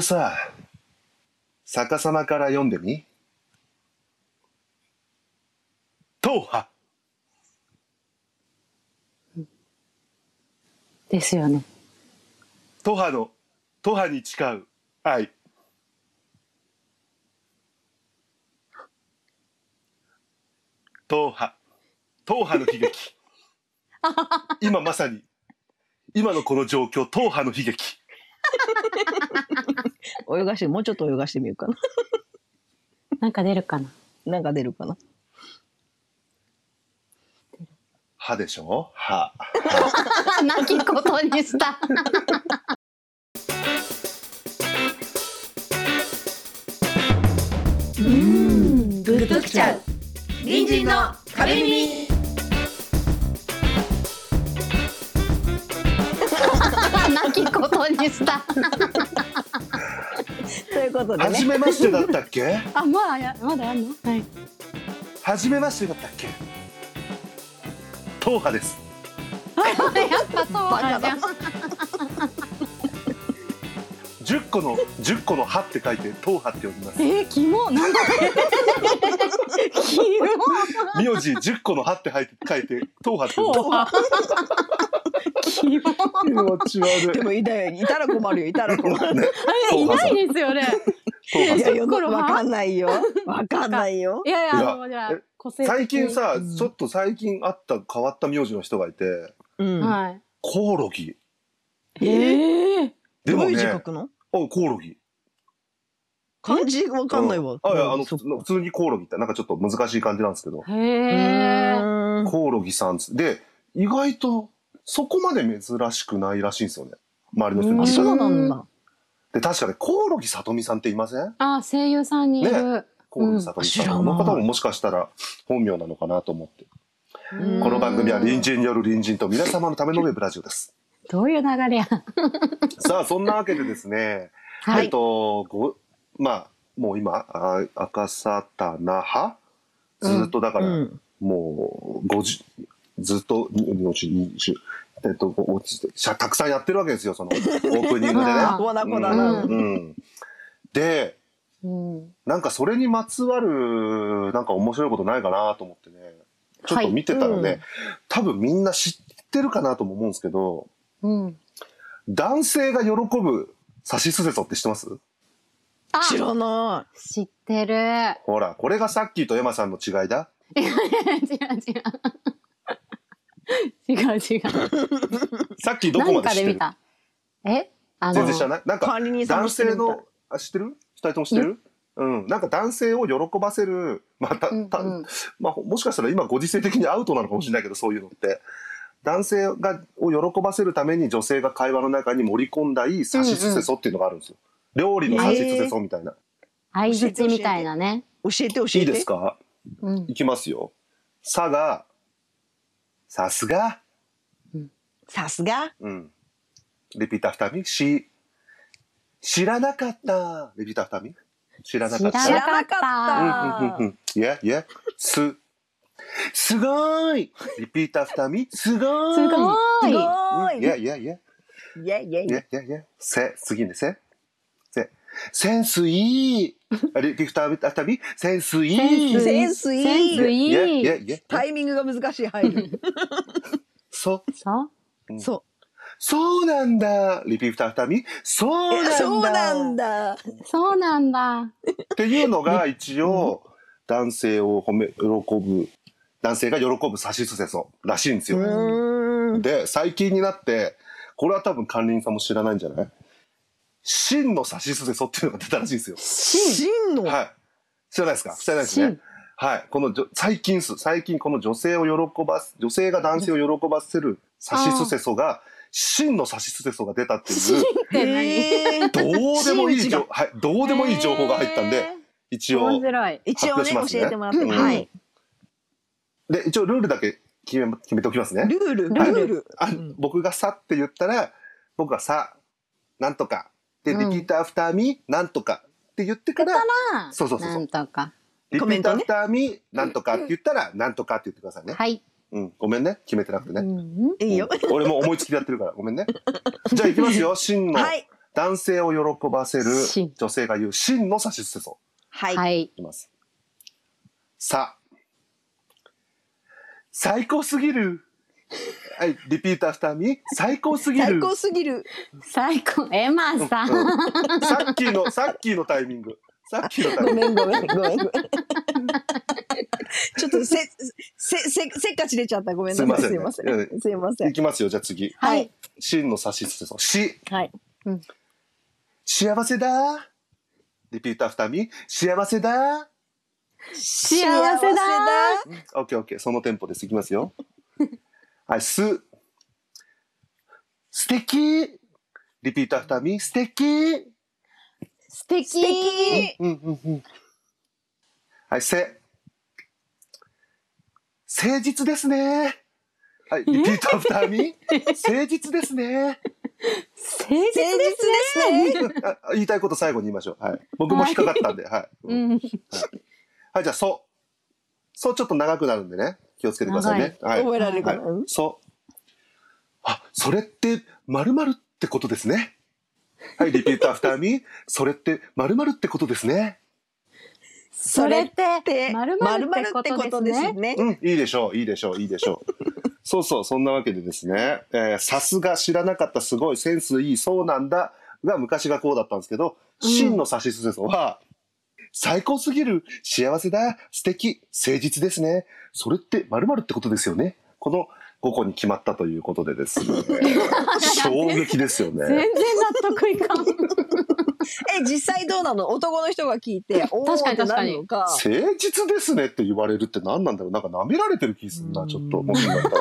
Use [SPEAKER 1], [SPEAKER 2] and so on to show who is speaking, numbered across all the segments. [SPEAKER 1] さ逆さまから読んでみ「党派
[SPEAKER 2] ですよね。
[SPEAKER 1] 党派の党派に誓う愛」党派党派の悲 劇今まさに今のこの状況党派の悲劇
[SPEAKER 3] 泳がして、もうちょっと泳がしてみようかな。
[SPEAKER 2] なんか出るかな。
[SPEAKER 3] なんか出るか な。
[SPEAKER 1] 歯でしょ歯
[SPEAKER 2] 泣きことにした。
[SPEAKER 4] グッときちゃう隣人の壁耳
[SPEAKER 2] 泣きことにした。
[SPEAKER 3] ということで
[SPEAKER 1] 初
[SPEAKER 3] ね。
[SPEAKER 1] めましてだったっけ
[SPEAKER 2] あ、まあ、や、まだあるの。はい。
[SPEAKER 1] 初めましてだったっけ党派です
[SPEAKER 2] やっぱそうなんじゃん。
[SPEAKER 1] 10個の10個の 歯って書いて党派って呼びます
[SPEAKER 2] えー、キモ、なんだ。 キモ。
[SPEAKER 1] 名 字10個の歯って書いて書いて党派って呼
[SPEAKER 2] 党派。キモ。
[SPEAKER 1] びます気持ち悪
[SPEAKER 3] でもいたよ、いたら困るよ、いたら困
[SPEAKER 2] あ
[SPEAKER 3] る。
[SPEAKER 2] れ、いないですよね。
[SPEAKER 1] 党派
[SPEAKER 3] い
[SPEAKER 1] さ
[SPEAKER 3] や
[SPEAKER 1] ん
[SPEAKER 3] いや、
[SPEAKER 2] そっから
[SPEAKER 3] わかんないよ。わかんないよ。
[SPEAKER 2] いやいや、
[SPEAKER 1] いや
[SPEAKER 2] あの、じゃあ
[SPEAKER 1] え、
[SPEAKER 2] 個性的
[SPEAKER 1] 最近。さ、
[SPEAKER 3] うん
[SPEAKER 1] ちょっと最近あった変わった名字の人がいて
[SPEAKER 3] うん。
[SPEAKER 2] はい。
[SPEAKER 1] コオロギ
[SPEAKER 2] ええー。
[SPEAKER 1] で
[SPEAKER 3] ど
[SPEAKER 1] も
[SPEAKER 3] ういう字
[SPEAKER 1] ね
[SPEAKER 3] 書くの
[SPEAKER 1] おコオロギ
[SPEAKER 3] 漢字わかんないわ
[SPEAKER 1] う。あいやあの
[SPEAKER 3] そ
[SPEAKER 1] 普
[SPEAKER 3] っ
[SPEAKER 1] 通の普通にコオロギってなんかちょっと難しい感じなんですけど
[SPEAKER 2] へ
[SPEAKER 3] う
[SPEAKER 2] え。
[SPEAKER 3] ーん
[SPEAKER 1] コオロギさんつで意外とそこまで珍しくないらしいんですよね周りの人に
[SPEAKER 2] うん
[SPEAKER 3] あ、
[SPEAKER 1] 聞いた
[SPEAKER 3] そ
[SPEAKER 1] ら
[SPEAKER 3] うなんだ。
[SPEAKER 1] で確かねコオロギさとみさんっていません
[SPEAKER 2] あ、声優さんにいる。
[SPEAKER 1] コオロギさとみさん、
[SPEAKER 3] うん
[SPEAKER 1] この
[SPEAKER 3] 知
[SPEAKER 1] 方
[SPEAKER 3] らな
[SPEAKER 1] も
[SPEAKER 3] い
[SPEAKER 1] もしかしたら本名なのかなと思って
[SPEAKER 3] うん
[SPEAKER 1] この番組は隣人による隣人と皆様のためのウェブラジオ です
[SPEAKER 2] どういう流れや。
[SPEAKER 1] さあそんなわけでですね、
[SPEAKER 2] は
[SPEAKER 1] えっ。とごまあもう今あ赤坂那覇ずっとだから、
[SPEAKER 3] うん
[SPEAKER 1] もう50ずっと20えっとご落ちてしゃたくさんやってるわけですよそのオープ ニングでね
[SPEAKER 2] あ
[SPEAKER 3] あ、こだこだ
[SPEAKER 1] う
[SPEAKER 3] な。
[SPEAKER 1] んうんで
[SPEAKER 2] うん。
[SPEAKER 1] なんかそれにまつわるなんか面白いことないかなと思ってねちょっと見てたらね、
[SPEAKER 3] はいうん
[SPEAKER 1] 多分みんな知ってるかなとも思うんですけど
[SPEAKER 2] うん。
[SPEAKER 1] 男性が喜ぶサシスセソって知ってます
[SPEAKER 2] あ、
[SPEAKER 3] 知らな
[SPEAKER 2] 知ってる。 違
[SPEAKER 1] ほらこれがさっきと山さんの違いだ
[SPEAKER 2] う違う。違う違う。
[SPEAKER 1] さっきどこまで
[SPEAKER 2] 何か
[SPEAKER 1] 知っ
[SPEAKER 2] で
[SPEAKER 1] て
[SPEAKER 2] 見
[SPEAKER 1] る
[SPEAKER 2] た。え、あ
[SPEAKER 1] 全
[SPEAKER 2] の
[SPEAKER 1] 然知らないなん
[SPEAKER 3] い。
[SPEAKER 1] か
[SPEAKER 3] 管理人さんも
[SPEAKER 1] 男
[SPEAKER 3] 知って
[SPEAKER 1] 性
[SPEAKER 3] るみたい
[SPEAKER 1] のあ知ってる二人とも知ってるうん、なんか男性を喜ばせる、まあた
[SPEAKER 2] うん
[SPEAKER 1] た
[SPEAKER 2] うん
[SPEAKER 1] まあ、もしかしたら今ご時世的にアウトなのかもしれないけどそういうのって男性がを喜ばせるために女性が会話の中に盛り込んだい差しすせそっていうのがあるんですよ、料理の差しすせそみたいな、
[SPEAKER 2] 相槌みたいなね。
[SPEAKER 3] 教えて教えて。
[SPEAKER 1] いいですか
[SPEAKER 2] うん。
[SPEAKER 1] いきますよ「さ」が「さすが
[SPEAKER 3] さすが」。
[SPEAKER 1] うんリピーター2人「し」「知らなかった」リピーター2人「知らなかった」
[SPEAKER 2] 知らなか
[SPEAKER 1] うんうんうん
[SPEAKER 2] っ
[SPEAKER 1] うん。いやいや、す、すごーい。リピーター二人、すごーい。
[SPEAKER 2] すご
[SPEAKER 3] す
[SPEAKER 2] い。
[SPEAKER 3] ご
[SPEAKER 1] うん
[SPEAKER 3] ー
[SPEAKER 1] い
[SPEAKER 3] い。
[SPEAKER 1] やいやいや、
[SPEAKER 3] いやいやい
[SPEAKER 1] い
[SPEAKER 3] や
[SPEAKER 1] やいやいや、せ、次ね、せ、せ、センスいい。あリピーター二人、センスいい。
[SPEAKER 3] センスいい
[SPEAKER 2] センスい
[SPEAKER 1] いやいや
[SPEAKER 2] い。
[SPEAKER 1] いや、
[SPEAKER 3] タイミングが難しい 入る。
[SPEAKER 1] そ、
[SPEAKER 2] そう。
[SPEAKER 3] そ
[SPEAKER 1] そうなんだ。リピーター二人、そう
[SPEAKER 3] う。
[SPEAKER 1] なんだ。
[SPEAKER 3] そ
[SPEAKER 2] そ
[SPEAKER 3] うなんだ。
[SPEAKER 2] うなんだ。
[SPEAKER 1] っていうのが一応、男性を褒め、喜ぶ、男性が喜ぶ差しすせそらしいんですよ。
[SPEAKER 3] うーん。
[SPEAKER 1] で最近になってこれは多分管理人さんも知らないんじゃない真の差しすせそっていうのが出たらしいんですよ。
[SPEAKER 3] 真の。
[SPEAKER 1] はい。知らないですか知らないですね
[SPEAKER 2] 真。
[SPEAKER 1] はい。このじょ最近っす最近この女性を喜ばす女性が男性を喜ばせる差しすせそが真の差しすせそが出たっていう
[SPEAKER 2] って何。
[SPEAKER 3] えー
[SPEAKER 1] どうでもいい
[SPEAKER 3] 真
[SPEAKER 1] 情
[SPEAKER 3] 打
[SPEAKER 1] 報
[SPEAKER 3] ち
[SPEAKER 1] はいどうでもいい情報が入ったんで一応
[SPEAKER 2] 面白い。
[SPEAKER 3] 一応
[SPEAKER 1] 発表し
[SPEAKER 3] ね
[SPEAKER 1] ますね
[SPEAKER 3] 教えてもらっても、
[SPEAKER 1] うん
[SPEAKER 3] はい
[SPEAKER 1] で一応ルールだけ決め決めておきますね。
[SPEAKER 3] ルールル
[SPEAKER 1] はい
[SPEAKER 3] ール、
[SPEAKER 1] あ
[SPEAKER 3] うん
[SPEAKER 1] 僕が「さ」って言ったら僕が「さ」「なんとか」で、
[SPEAKER 2] うん
[SPEAKER 1] リピーター「ふたみ」「なんとか」って言ってからそうそうそうそう
[SPEAKER 2] なんとか。
[SPEAKER 1] リピ
[SPEAKER 3] コメ
[SPEAKER 1] ー
[SPEAKER 3] ン
[SPEAKER 1] ター
[SPEAKER 3] ト
[SPEAKER 1] 「
[SPEAKER 3] ね
[SPEAKER 1] ふたみ」「なんとか」って言ったら「なんとか」って言ってくださいね、
[SPEAKER 2] はい。
[SPEAKER 1] うん、ごめんね決めてなくてね、
[SPEAKER 2] うん
[SPEAKER 3] いいよ
[SPEAKER 1] うん俺も思いつきでやってるからごめんねじゃあいきますよ真の
[SPEAKER 3] はい
[SPEAKER 1] 男性を喜ばせる
[SPEAKER 2] 真
[SPEAKER 1] 女性が言う真の差し捨てそ
[SPEAKER 3] はい。
[SPEAKER 2] はい。
[SPEAKER 1] ういきますさ最高すぎるはいリピートアフターミー最高すぎる
[SPEAKER 3] 最高すぎる。
[SPEAKER 2] 最高。エマさん。
[SPEAKER 1] うんさっきのさっきのタイミングさっきのタイミ
[SPEAKER 3] ご
[SPEAKER 1] ング
[SPEAKER 3] めんご めんごめんごめん。ちょっとせせせせっかち出ちゃったごめんなさい
[SPEAKER 1] す
[SPEAKER 3] す
[SPEAKER 1] い
[SPEAKER 3] い
[SPEAKER 1] ま
[SPEAKER 3] ま
[SPEAKER 1] せ
[SPEAKER 3] せ
[SPEAKER 1] んね
[SPEAKER 3] んすいませ
[SPEAKER 1] い
[SPEAKER 3] ん。
[SPEAKER 1] きますよじゃあ次
[SPEAKER 3] はい。
[SPEAKER 1] 真の差し捨てそうし
[SPEAKER 3] はい。
[SPEAKER 1] 幸せだリピートアフターミー幸せだ
[SPEAKER 2] 幸せだ
[SPEAKER 3] 幸せだ。
[SPEAKER 1] オッケーオッケーそのテンポですいきますよ はいす素敵リピートアフターミー素敵
[SPEAKER 2] 素敵。
[SPEAKER 3] 素敵。
[SPEAKER 1] うんうんうんはいせ誠実ですねはいリピートアフターミー誠実ですね
[SPEAKER 2] 誠実
[SPEAKER 3] 誠実ですね。
[SPEAKER 1] ああ言いたいこと最後に言いましょうはい僕も引っかかったんではい、う
[SPEAKER 2] うんん。
[SPEAKER 1] はいじゃあそうそうちょっと長くなるんでね気をつけてくださいねはい
[SPEAKER 3] 覚えられるか
[SPEAKER 1] はい
[SPEAKER 3] な。、
[SPEAKER 1] そう。あ、それって、まるまるってことですね。はい、リピートアフターミー。それって、まるまるってことですね。
[SPEAKER 2] それって、ま
[SPEAKER 3] ま
[SPEAKER 2] る
[SPEAKER 3] る
[SPEAKER 2] ま
[SPEAKER 3] ま
[SPEAKER 2] る
[SPEAKER 3] る
[SPEAKER 2] っ
[SPEAKER 3] ってて
[SPEAKER 2] こ
[SPEAKER 3] ことと
[SPEAKER 2] で
[SPEAKER 3] ですす
[SPEAKER 2] ね。
[SPEAKER 3] ね。
[SPEAKER 1] うん、いいでしょう、いいでしょう、いいでし ょう。そうそう、そんなわけでですね、えーさすが知らなかった、すごいセンスいい、そうなんだ。が昔がこうだったんですけど、
[SPEAKER 2] うん
[SPEAKER 1] 真の指しすせそは。最高すぎる、幸せだ、素敵、誠実ですね。それって、まるまるってことですよね。この5個に決まったということでですね。 衝撃ですよね。
[SPEAKER 2] 全然納得いかん。
[SPEAKER 3] え実際どうなの？男の人が聞いて、おー
[SPEAKER 2] 確かに
[SPEAKER 3] ってなるのか。
[SPEAKER 1] 誠実ですねって言われるって何なんだろうなんか舐められてる気すんなちょっともしなんか
[SPEAKER 3] だ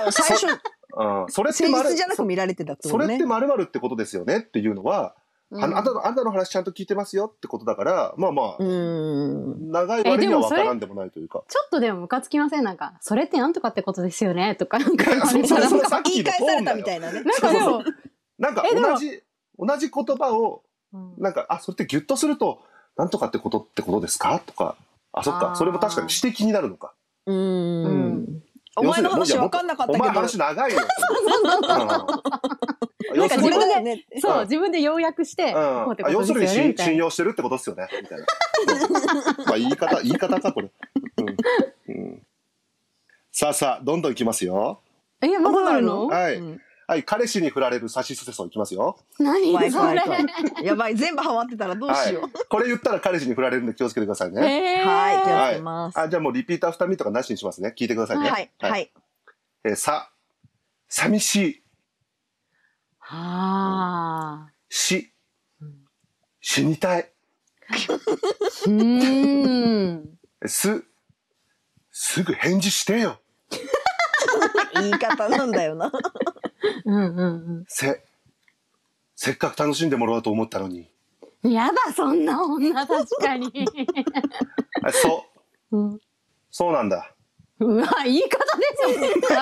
[SPEAKER 3] から最初
[SPEAKER 1] うんそれってま
[SPEAKER 3] 誠
[SPEAKER 1] る
[SPEAKER 3] 実じゃなく見られてたって
[SPEAKER 1] そ
[SPEAKER 3] こと
[SPEAKER 1] れって
[SPEAKER 3] ね。
[SPEAKER 1] まるまるってことですよねっていうのは、 あのあなたのあなたの話ちゃんと聞いてますよってことだからまあまあ、
[SPEAKER 3] うん。
[SPEAKER 1] 長い割に
[SPEAKER 2] えで
[SPEAKER 1] は
[SPEAKER 2] も
[SPEAKER 1] 分
[SPEAKER 2] そ
[SPEAKER 1] か
[SPEAKER 2] れ
[SPEAKER 1] らんでもないというか
[SPEAKER 2] ちょっとでもムカつきませんなんか、それってなんとかってことですよねとか、なんか
[SPEAKER 1] や
[SPEAKER 2] 言われたら
[SPEAKER 1] そうん
[SPEAKER 2] な
[SPEAKER 1] そう
[SPEAKER 2] か
[SPEAKER 1] さっきの
[SPEAKER 3] 言い返されたみたいなね。
[SPEAKER 2] なんかでも、
[SPEAKER 1] なんか
[SPEAKER 2] えでも
[SPEAKER 1] 同じ同じ言葉を
[SPEAKER 2] うん
[SPEAKER 1] なんかあそれってギュッとするとなんとかってことってことですかとかあそっ
[SPEAKER 2] あ
[SPEAKER 1] か
[SPEAKER 2] ー
[SPEAKER 1] それも確かに指摘になるのか
[SPEAKER 3] う。
[SPEAKER 2] うん
[SPEAKER 3] お前の話分かんなかった
[SPEAKER 1] お
[SPEAKER 3] け
[SPEAKER 1] 前
[SPEAKER 3] ど。
[SPEAKER 1] 話長 いようん
[SPEAKER 2] なん
[SPEAKER 1] 要
[SPEAKER 2] か
[SPEAKER 1] するに
[SPEAKER 2] 自分で
[SPEAKER 3] これだよねって
[SPEAKER 2] そう、自分で要約して、こうって
[SPEAKER 1] うん、あ
[SPEAKER 2] こと
[SPEAKER 1] 要
[SPEAKER 2] ですす
[SPEAKER 1] るに
[SPEAKER 2] よね
[SPEAKER 1] 信
[SPEAKER 2] みたい
[SPEAKER 1] 信
[SPEAKER 2] な。
[SPEAKER 1] 用してるってことですよねみたいな。うんまあ言い方言い方かこれ、うんうんさあさあどんどんいきますよ。
[SPEAKER 2] え、まだあるの
[SPEAKER 1] はい、
[SPEAKER 3] うん
[SPEAKER 1] はい彼氏に振られる差し捨てそういきますよ。
[SPEAKER 2] 何
[SPEAKER 3] 怖い
[SPEAKER 2] そ
[SPEAKER 3] 怖い
[SPEAKER 2] れ
[SPEAKER 3] 怖いやばい全部ハマってたらどう
[SPEAKER 1] は
[SPEAKER 3] し
[SPEAKER 1] い
[SPEAKER 3] よう。、
[SPEAKER 1] これ言ったら彼氏に振られるんで気をつけてくださいね。
[SPEAKER 2] えー
[SPEAKER 3] はいじゃ
[SPEAKER 1] は
[SPEAKER 3] あ
[SPEAKER 1] い
[SPEAKER 3] 気をつけます
[SPEAKER 1] あじゃあもうリピートアフターミーとかなしにしますね聞いてくださいね。
[SPEAKER 3] はいはい。
[SPEAKER 1] えーさ寂しい
[SPEAKER 2] はあ。
[SPEAKER 1] し死にたいう
[SPEAKER 2] ーん。
[SPEAKER 1] すすぐ返事してよ
[SPEAKER 3] 言い方なんだよな。
[SPEAKER 2] うんうん
[SPEAKER 1] せせっかく楽しんでもらおうと思ったのに。
[SPEAKER 2] うん。やだ、そんな女、 確かに。
[SPEAKER 1] あそう
[SPEAKER 2] うん
[SPEAKER 1] そうなんだ。
[SPEAKER 2] うわ、言い方ですよ。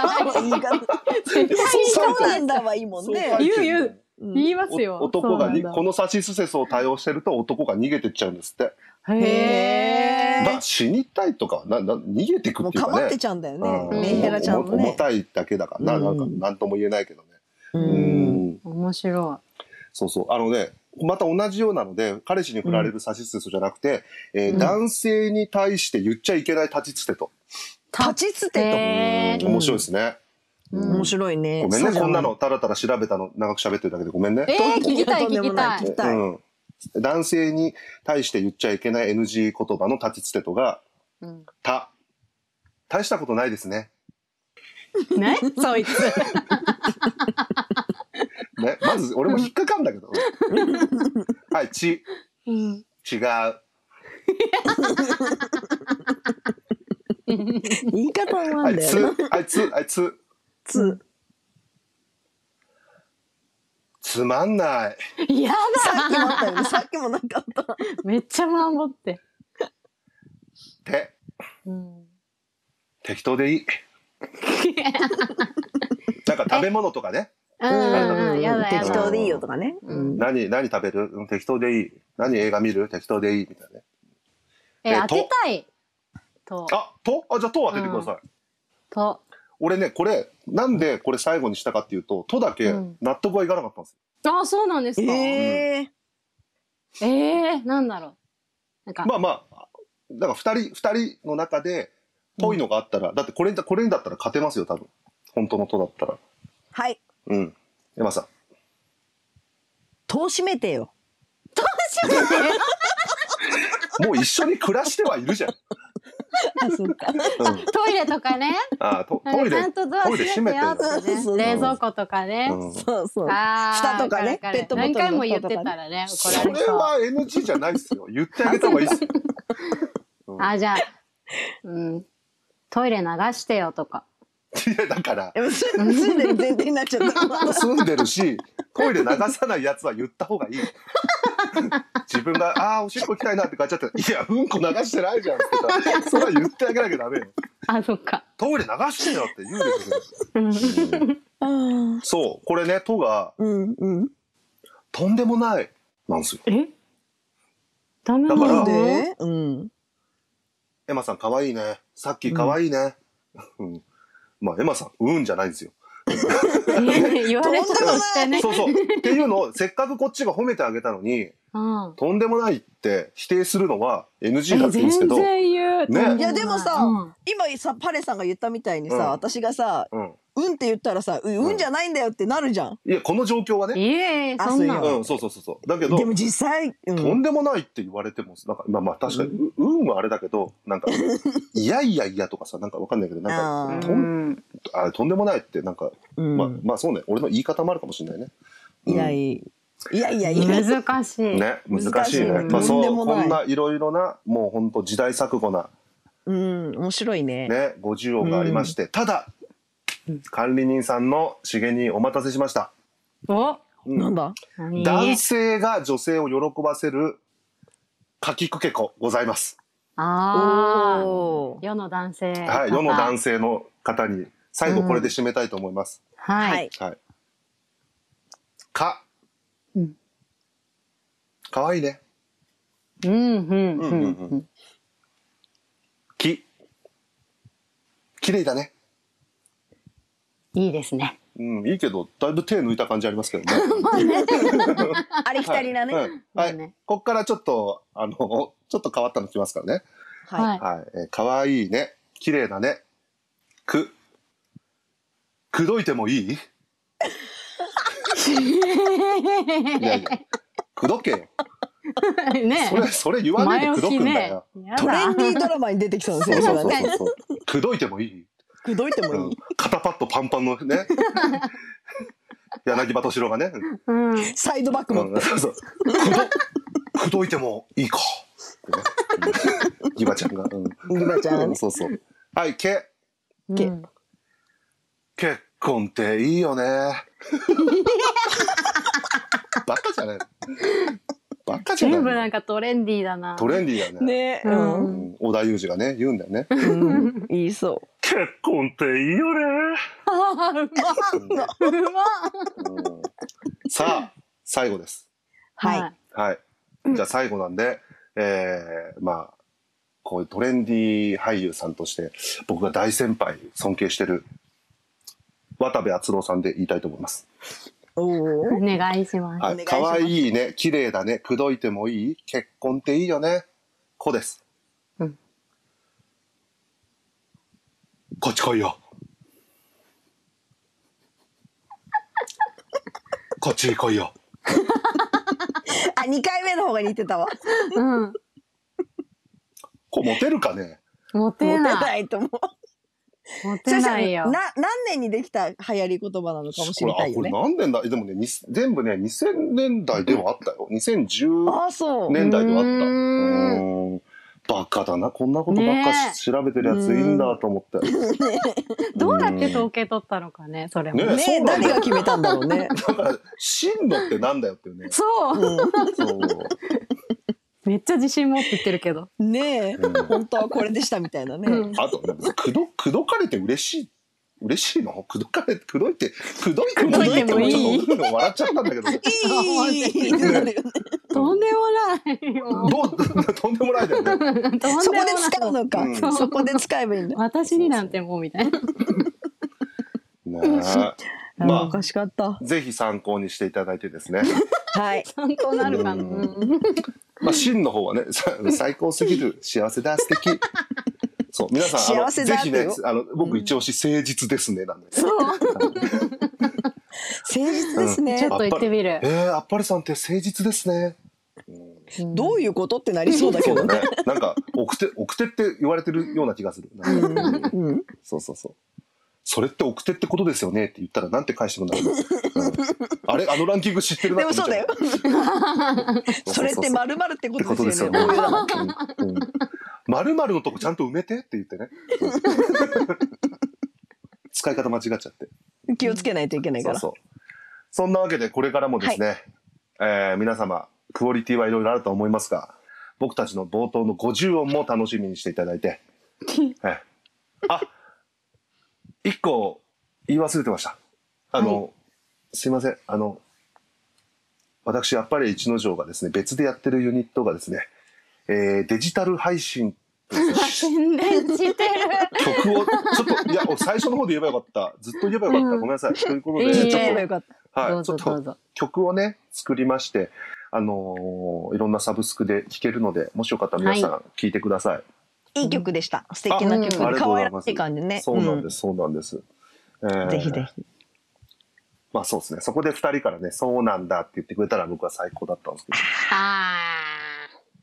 [SPEAKER 3] 言い方。
[SPEAKER 2] 絶対
[SPEAKER 3] そうなんだはいいもん
[SPEAKER 1] そう書
[SPEAKER 3] ね。
[SPEAKER 1] いてる
[SPEAKER 2] 言う言う
[SPEAKER 3] う
[SPEAKER 2] 言
[SPEAKER 3] ん
[SPEAKER 2] いますよ。
[SPEAKER 1] お 男がに
[SPEAKER 2] そうなんだ
[SPEAKER 1] このサシスセスを多用してると男が逃げてっちゃうんですって。
[SPEAKER 2] へ
[SPEAKER 1] まあ死にたいとかはなな逃げていく
[SPEAKER 3] も
[SPEAKER 1] っ
[SPEAKER 3] う
[SPEAKER 1] ていう
[SPEAKER 3] か
[SPEAKER 1] か
[SPEAKER 3] まって
[SPEAKER 1] ね。
[SPEAKER 3] ちゃうんだよ
[SPEAKER 1] うん
[SPEAKER 3] ね。メンヘラちゃん
[SPEAKER 1] 重
[SPEAKER 3] の
[SPEAKER 1] 重
[SPEAKER 3] ね。
[SPEAKER 1] たいだけだからな、なんか
[SPEAKER 3] うん
[SPEAKER 1] なんとも言えないけどね。
[SPEAKER 3] う。
[SPEAKER 1] うんん
[SPEAKER 2] ー。面白
[SPEAKER 1] そうそうあのねまた同じようなので彼氏に振られるサシスセスじゃなくて、えー
[SPEAKER 2] うん
[SPEAKER 1] 男性に対して言っちゃいけない立ちつてと、
[SPEAKER 2] い。
[SPEAKER 3] 立ちつて
[SPEAKER 2] へ
[SPEAKER 1] う
[SPEAKER 2] ー
[SPEAKER 1] ん面白いですね。
[SPEAKER 3] と。
[SPEAKER 2] うん
[SPEAKER 3] 面白いね。
[SPEAKER 1] ごめんね
[SPEAKER 3] そうじゃ
[SPEAKER 1] こんなのたらたら調べたの長く喋ってるだけでごめんね。
[SPEAKER 2] えー、聞きたい
[SPEAKER 3] とんで
[SPEAKER 2] 聞
[SPEAKER 3] も
[SPEAKER 2] き
[SPEAKER 3] な
[SPEAKER 2] た
[SPEAKER 3] い
[SPEAKER 2] い。
[SPEAKER 3] たい
[SPEAKER 1] うん、男性に対して言っちゃいけない NG 言葉の立ちつてとが
[SPEAKER 2] うん
[SPEAKER 1] 「た」大したことないですね。
[SPEAKER 2] ね、 そいつ。
[SPEAKER 1] ねまず俺も引っかかんだけど。 はい「ち」
[SPEAKER 2] うん
[SPEAKER 1] 違う。
[SPEAKER 3] 言い方な
[SPEAKER 1] あ
[SPEAKER 3] ん
[SPEAKER 1] い
[SPEAKER 3] だ
[SPEAKER 1] つ
[SPEAKER 3] よな。、
[SPEAKER 1] あいつ、あいつ、
[SPEAKER 3] つ。
[SPEAKER 1] つまんない。
[SPEAKER 2] や
[SPEAKER 3] さっきもあったよね。さっきもなんかあった。
[SPEAKER 2] だ、めっちゃ守って。
[SPEAKER 1] て、
[SPEAKER 2] うん
[SPEAKER 1] 適当 でいい。なんか食べ物とかね。
[SPEAKER 2] うんうんうん、やだや
[SPEAKER 3] 適当
[SPEAKER 2] だ。
[SPEAKER 3] でいいよとかね。
[SPEAKER 2] うん
[SPEAKER 1] 何、何食べるうん適当でいい。何映画見る適当でいい。みたいなね。
[SPEAKER 2] え、
[SPEAKER 1] え
[SPEAKER 2] 当てたい。と、
[SPEAKER 1] あ、とあ、じゃあ、とを当ててください。
[SPEAKER 2] と、
[SPEAKER 1] 俺ね、これ、なんでこれ最後にしたかっていうと、とだけ納得はいかなかったんですよ
[SPEAKER 2] あ、そうなんですか。え
[SPEAKER 3] ええ
[SPEAKER 2] えー、なんだろう。なんか、
[SPEAKER 1] まあまあだから2人二人の中でぽいのがあったら、だってこれにこれにだったら勝てますよ多分本当のとだったら
[SPEAKER 3] はい。
[SPEAKER 1] うん山さん
[SPEAKER 3] 戸閉めてよ。
[SPEAKER 2] どうしようね。
[SPEAKER 1] もう一緒に暮らしてはいる じゃん、
[SPEAKER 3] あ、 そっか。
[SPEAKER 1] うん、
[SPEAKER 2] トイレとかね。
[SPEAKER 1] あーと
[SPEAKER 2] なん
[SPEAKER 1] トイ
[SPEAKER 2] かち
[SPEAKER 1] レ
[SPEAKER 2] ゃんとドア閉めてよとか
[SPEAKER 3] トイレ閉めて
[SPEAKER 2] ね。
[SPEAKER 3] よ
[SPEAKER 2] 冷蔵庫とかね。
[SPEAKER 1] うん
[SPEAKER 3] そうそう。
[SPEAKER 2] あー
[SPEAKER 3] 蓋とかね
[SPEAKER 2] わるわる
[SPEAKER 3] ペットボトル
[SPEAKER 2] 何
[SPEAKER 3] の
[SPEAKER 2] 回も言ってたらね、怒ら
[SPEAKER 1] そ
[SPEAKER 2] れ
[SPEAKER 1] れ
[SPEAKER 2] そう。
[SPEAKER 1] は NG じゃないですよ言ってあげた方がいいです ようん
[SPEAKER 2] あ、じゃあ、うん。トイレ流してよとか。
[SPEAKER 1] いやだから
[SPEAKER 3] え 住んでる前提になっちゃった。
[SPEAKER 1] 住んでるしトイレ流さないやつは言った方がいい自分が「ああーおしっこ行きたいな」って買っちゃって「いやうんこ流してないじゃん」って言ったらそれは言ってあげなきゃダメよ
[SPEAKER 2] あ、そっか。
[SPEAKER 1] トイレ流してよって言うでし
[SPEAKER 2] うん
[SPEAKER 1] ょ、うん
[SPEAKER 3] うん
[SPEAKER 1] そうこれね「と」が
[SPEAKER 3] うんうん。
[SPEAKER 1] とんでもないなんですよ
[SPEAKER 2] えダメな
[SPEAKER 1] だから
[SPEAKER 2] の
[SPEAKER 3] なんで？うん。
[SPEAKER 1] エマさん可愛いねさっき可愛いね、うん、まあエマさんうんじゃないんですよ
[SPEAKER 2] え 言われたとしてね。
[SPEAKER 1] そうそうっていうのをせっかくこっちが褒めてあげたのに
[SPEAKER 2] うん。
[SPEAKER 1] とんでもないって否定するのは NG だ
[SPEAKER 2] え
[SPEAKER 1] って言うんですけ
[SPEAKER 2] 全
[SPEAKER 1] ど、
[SPEAKER 2] 然言う。
[SPEAKER 1] ね
[SPEAKER 2] とんない
[SPEAKER 3] いやでもさ
[SPEAKER 2] うん
[SPEAKER 3] 今さパレさんが言ったみたいにさ、
[SPEAKER 1] うん
[SPEAKER 3] 私がさ
[SPEAKER 1] うん、
[SPEAKER 3] うんって言ったらさ、ううんじゃないんだよってなるじゃん。
[SPEAKER 1] いやこの状況はね
[SPEAKER 2] いえいえ、
[SPEAKER 3] あ
[SPEAKER 2] そんな
[SPEAKER 3] そういう
[SPEAKER 2] の。
[SPEAKER 1] うんそうそうそうそうだけど
[SPEAKER 3] でも実際、う
[SPEAKER 1] と
[SPEAKER 3] ん、
[SPEAKER 1] んでもないって言われてもなんかまあまあ確かに、う運はあれだけどなんかいやいやいやとかさなんかわかんないけどなんか
[SPEAKER 3] あー
[SPEAKER 1] と
[SPEAKER 2] うん
[SPEAKER 1] あれとんでもないってなんか、
[SPEAKER 3] うん
[SPEAKER 1] まあまあそうね俺の言い方もあるかもしれないね。うん
[SPEAKER 3] いやいやいやいやいや。
[SPEAKER 2] 難しい。
[SPEAKER 1] ね難しいね。
[SPEAKER 2] 難しい
[SPEAKER 1] まあそ
[SPEAKER 3] とんで
[SPEAKER 1] う
[SPEAKER 3] も
[SPEAKER 1] こ
[SPEAKER 3] ない
[SPEAKER 1] んないろいろなもう本当時代錯誤な
[SPEAKER 3] うん面白いね。
[SPEAKER 1] ね50音がありまして、ただ管理人さんの茂にお待たせしました。
[SPEAKER 2] お
[SPEAKER 1] うん
[SPEAKER 3] なんだ。
[SPEAKER 2] 何
[SPEAKER 1] 男性が女性を喜ばせるかきくけこございます。
[SPEAKER 2] ああ。
[SPEAKER 3] おー
[SPEAKER 2] 世の男性。
[SPEAKER 1] はい、世の
[SPEAKER 2] 性。
[SPEAKER 1] 男性の方に最後これで締めたいと思います。
[SPEAKER 2] は。
[SPEAKER 3] はいい。
[SPEAKER 1] はい。か。
[SPEAKER 2] うん
[SPEAKER 1] かわいいね。
[SPEAKER 2] うんうん
[SPEAKER 1] う
[SPEAKER 2] うん
[SPEAKER 1] うん
[SPEAKER 2] ん
[SPEAKER 1] う
[SPEAKER 2] うん。
[SPEAKER 1] き。綺麗だね。
[SPEAKER 2] いいですね。
[SPEAKER 1] うん、いいけど、だいぶ手抜いた感じありますけどね。
[SPEAKER 3] ありきたりなね。
[SPEAKER 1] は
[SPEAKER 3] はい
[SPEAKER 1] い。はい
[SPEAKER 2] まあね
[SPEAKER 1] こっからちょっと、あの、ち ょっと変わったのきますからね。
[SPEAKER 2] は
[SPEAKER 3] はい
[SPEAKER 2] い。
[SPEAKER 1] はい。えーかわいいね。綺麗だね。く。くどいてもいいいやいや。くどけよ。
[SPEAKER 2] ね
[SPEAKER 1] それ、それ言わないで
[SPEAKER 2] 前
[SPEAKER 1] く
[SPEAKER 2] 置
[SPEAKER 1] どく
[SPEAKER 2] き
[SPEAKER 1] んだ
[SPEAKER 2] ね
[SPEAKER 1] よ。。
[SPEAKER 2] や
[SPEAKER 3] トレ
[SPEAKER 2] だ
[SPEAKER 3] ンディードラマに出て きそうです
[SPEAKER 1] そうそ
[SPEAKER 3] ね。そ
[SPEAKER 1] うそう
[SPEAKER 3] れはね。
[SPEAKER 1] そうそう。くどいてもいい
[SPEAKER 3] くどいて
[SPEAKER 1] う
[SPEAKER 3] もい
[SPEAKER 1] ん
[SPEAKER 3] い。
[SPEAKER 1] 肩パッドパンパンの ね柳葉敏郎がね、
[SPEAKER 2] うん。
[SPEAKER 3] サイドバック
[SPEAKER 1] う
[SPEAKER 3] も。
[SPEAKER 1] ん、そうそうくどくどいてもいいかってねうんギバちゃんが、うん
[SPEAKER 3] ギバちゃんが
[SPEAKER 1] うん
[SPEAKER 3] ね
[SPEAKER 1] そうそうはいけ
[SPEAKER 3] け
[SPEAKER 2] うん
[SPEAKER 1] 結婚っていい よねバカじゃないバカじゃ
[SPEAKER 2] 全部
[SPEAKER 1] な
[SPEAKER 2] ないんかトレンディーだな。
[SPEAKER 1] トレンディーだね
[SPEAKER 2] う
[SPEAKER 3] ね。うん。
[SPEAKER 1] うんん、織田裕二がね言うんだ よね
[SPEAKER 3] うん言いそう。
[SPEAKER 1] 結婚っていいよね、
[SPEAKER 2] あーうまっ。うまっ。
[SPEAKER 1] うんさあ最後です
[SPEAKER 3] はい。
[SPEAKER 1] はい。じゃあ最後なんで、えーまあ、こういうトレンディー俳優さんとして、僕が大先輩、尊敬してる、渡部篤郎さんで言いたいと思います。
[SPEAKER 3] おお。
[SPEAKER 2] お願いします。
[SPEAKER 1] は
[SPEAKER 3] お願
[SPEAKER 1] い。
[SPEAKER 3] いします
[SPEAKER 1] 可愛いいね、綺麗だね、口説いてもいい、結婚っていいよね、子です。
[SPEAKER 2] うん
[SPEAKER 1] こっち来いよ。 こっち来いよ。
[SPEAKER 3] あ、二回目の方が似てたわ。
[SPEAKER 2] うん。
[SPEAKER 1] こうモテるかね
[SPEAKER 2] モ
[SPEAKER 3] モ
[SPEAKER 2] テ
[SPEAKER 3] テ
[SPEAKER 2] な。
[SPEAKER 3] ないいと思う。
[SPEAKER 2] モテないよ
[SPEAKER 3] そし。たらな何年にできた流行り言葉なのかもしれないよ
[SPEAKER 1] これ
[SPEAKER 3] ね
[SPEAKER 1] あ。これ何年だでもねに全部ね2000年代ではあったよ2010
[SPEAKER 3] ああ、そう。
[SPEAKER 1] 年代ではあった
[SPEAKER 2] うーん
[SPEAKER 1] うーんバカだなこんなことばっかし、
[SPEAKER 2] ねえ
[SPEAKER 1] 調べてるやついいんだと思って
[SPEAKER 2] どうやって統計取ったのかね、それも。
[SPEAKER 1] ね
[SPEAKER 3] ね
[SPEAKER 1] そうなんだ
[SPEAKER 3] 誰が決めたんだろうね。
[SPEAKER 1] だから真のってなんだよっていうね
[SPEAKER 2] そう。
[SPEAKER 3] う
[SPEAKER 1] そう、
[SPEAKER 2] めっちゃ自信持って言ってるけど。
[SPEAKER 3] ん、ねえ、
[SPEAKER 1] うん
[SPEAKER 3] 本当はこれでしたみたいなね。
[SPEAKER 2] うん
[SPEAKER 1] あとねくどくどかれて嬉しい嬉しいのくどかれてくどいてくどいてもいいってもちょっとうん笑っちゃったんだけど
[SPEAKER 3] いいってなるよね
[SPEAKER 2] とんでもない。
[SPEAKER 1] どうとんでもないだよね
[SPEAKER 2] とんでもない。
[SPEAKER 3] そこで使うのか、
[SPEAKER 1] うん
[SPEAKER 3] そこで使えばいいんだ。
[SPEAKER 2] 私になんてもうみたいな。
[SPEAKER 1] ねえ
[SPEAKER 3] あ
[SPEAKER 1] まあ
[SPEAKER 3] ーおかしかった。
[SPEAKER 1] ぜひ参考にしていただいてですね。
[SPEAKER 3] はい。
[SPEAKER 2] 参考になるかな。
[SPEAKER 1] うんまあ、真の方はね、さ最高すぎる、幸せだ、素 敵。そう、皆さん、あの
[SPEAKER 3] 幸せ
[SPEAKER 1] ぜ
[SPEAKER 3] だ
[SPEAKER 1] ひね
[SPEAKER 3] ってよ、
[SPEAKER 1] あの、僕一押し誠実ですね、なんで。
[SPEAKER 2] そう。
[SPEAKER 3] 誠実です
[SPEAKER 2] ちょっ
[SPEAKER 3] ね。
[SPEAKER 2] と行ってみる。
[SPEAKER 1] えー、あっぱれさんって誠実ですね。
[SPEAKER 3] どういうことってなりそうだけ
[SPEAKER 1] そう
[SPEAKER 3] ど
[SPEAKER 1] だ
[SPEAKER 3] ね。
[SPEAKER 1] ね。なんか、奥手、奥手って言われてるような気がする。なんか
[SPEAKER 3] うん
[SPEAKER 1] そうそうそう。それって奥手ってことですよねって言ったらなんて返してもなる、うんあれあのランキング知ってるな
[SPEAKER 3] でも
[SPEAKER 1] って
[SPEAKER 3] そうだよ。
[SPEAKER 1] 思っち
[SPEAKER 3] そ
[SPEAKER 1] ゃう
[SPEAKER 3] れってまるまるって
[SPEAKER 1] っ
[SPEAKER 3] こ
[SPEAKER 1] てことと
[SPEAKER 3] で
[SPEAKER 1] ですす
[SPEAKER 3] よ
[SPEAKER 1] よ
[SPEAKER 3] ね
[SPEAKER 1] ね。。まるまるのとこちゃんと埋めてって言ってね。 使い方間違っちゃって。
[SPEAKER 3] 気をつけないといけない
[SPEAKER 1] そ
[SPEAKER 3] か
[SPEAKER 1] う
[SPEAKER 3] ら。
[SPEAKER 1] そう。そんなわけでこれからもですね、えー皆様クオリティはいろいろあると思いますが、僕たちの冒頭の50音も楽しみにしていただいて。えーあ、一個言い忘れてました。あの、すいませんあの私やっぱり一ノ城がですね別でやってるユニットがですね、えーデジタル配信
[SPEAKER 2] 宣伝してる。
[SPEAKER 1] 曲をちょっといや最初の方で言えばよかったずっと言えばよかった、ごめんなさいということで、
[SPEAKER 2] いいえ
[SPEAKER 3] ちょっ
[SPEAKER 1] ち
[SPEAKER 3] と
[SPEAKER 1] ょっと
[SPEAKER 3] よかった。
[SPEAKER 2] ど
[SPEAKER 1] は
[SPEAKER 2] う
[SPEAKER 1] い、ちょ
[SPEAKER 2] ぞ
[SPEAKER 1] っ
[SPEAKER 2] どう
[SPEAKER 1] と
[SPEAKER 2] ぞ。
[SPEAKER 1] 曲をね作りまして、あのーいろんなサブスクで聴けるのでもしよかったら皆さん聴いてください。
[SPEAKER 3] いい曲でした。素敵な曲
[SPEAKER 1] あうんありがとう
[SPEAKER 3] で。可
[SPEAKER 1] ござ
[SPEAKER 3] 愛
[SPEAKER 1] い
[SPEAKER 3] ら
[SPEAKER 1] ます
[SPEAKER 3] しい感じね。
[SPEAKER 1] そうなんです、そうなんです。え
[SPEAKER 3] う
[SPEAKER 1] ー
[SPEAKER 3] ん。ぜひぜひ。
[SPEAKER 1] まあそうですねそこで2人からね「そうなんだ」って言ってくれたら僕は最高だったんです
[SPEAKER 2] あ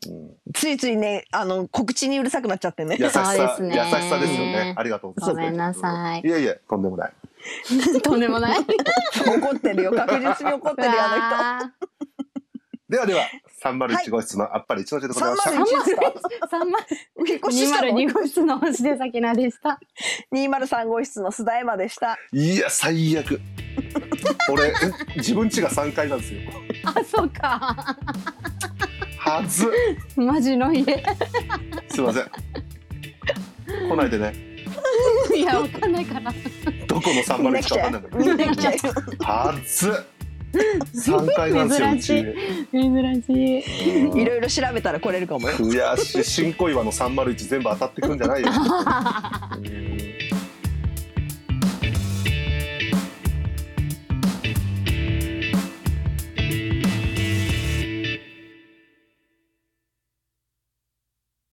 [SPEAKER 1] けど、うん、
[SPEAKER 3] ついついね、あの、告知にうるさくなっちゃってね
[SPEAKER 1] 優。しさ、
[SPEAKER 2] そうですね
[SPEAKER 1] 優しさですよね。ありがとうございます。
[SPEAKER 2] ごめんなさい
[SPEAKER 1] いやいや、とんでもない。
[SPEAKER 2] あ。とんでもない。
[SPEAKER 3] 怒ってるよ。確実に怒ってるよ、あ
[SPEAKER 2] わー
[SPEAKER 1] ではでは、三丸一号室のあっぱれ一の字でご
[SPEAKER 3] の人。
[SPEAKER 1] ざいました。
[SPEAKER 3] 301した。
[SPEAKER 2] 三万
[SPEAKER 3] 引っ越し
[SPEAKER 2] 二
[SPEAKER 3] した
[SPEAKER 2] 丸
[SPEAKER 3] の
[SPEAKER 2] 二号室の星出咲菜で した。
[SPEAKER 3] ?203 号室の須田山でした。
[SPEAKER 1] いや、最 悪。俺、自分家が三階なんですよ。
[SPEAKER 2] あ、そうか。
[SPEAKER 1] はず。
[SPEAKER 2] マジの家。
[SPEAKER 1] すいません。来ないでね。
[SPEAKER 2] いや、わかんないから。
[SPEAKER 1] どこの三
[SPEAKER 3] み
[SPEAKER 1] 丸
[SPEAKER 3] んな
[SPEAKER 1] 一
[SPEAKER 3] 来
[SPEAKER 1] か
[SPEAKER 3] ち
[SPEAKER 1] わか
[SPEAKER 3] ゃうん
[SPEAKER 1] ないんだけ
[SPEAKER 3] よ。みんな来ちゃうよ。
[SPEAKER 1] ど。はず。三階なんですよ、う
[SPEAKER 2] 珍
[SPEAKER 1] ち
[SPEAKER 2] しい。珍しい。
[SPEAKER 1] うん
[SPEAKER 3] いろいろ調べたら来れるかもよ。
[SPEAKER 1] 悔しい。新小岩の三丸一全部当たってくんじゃないよ。うん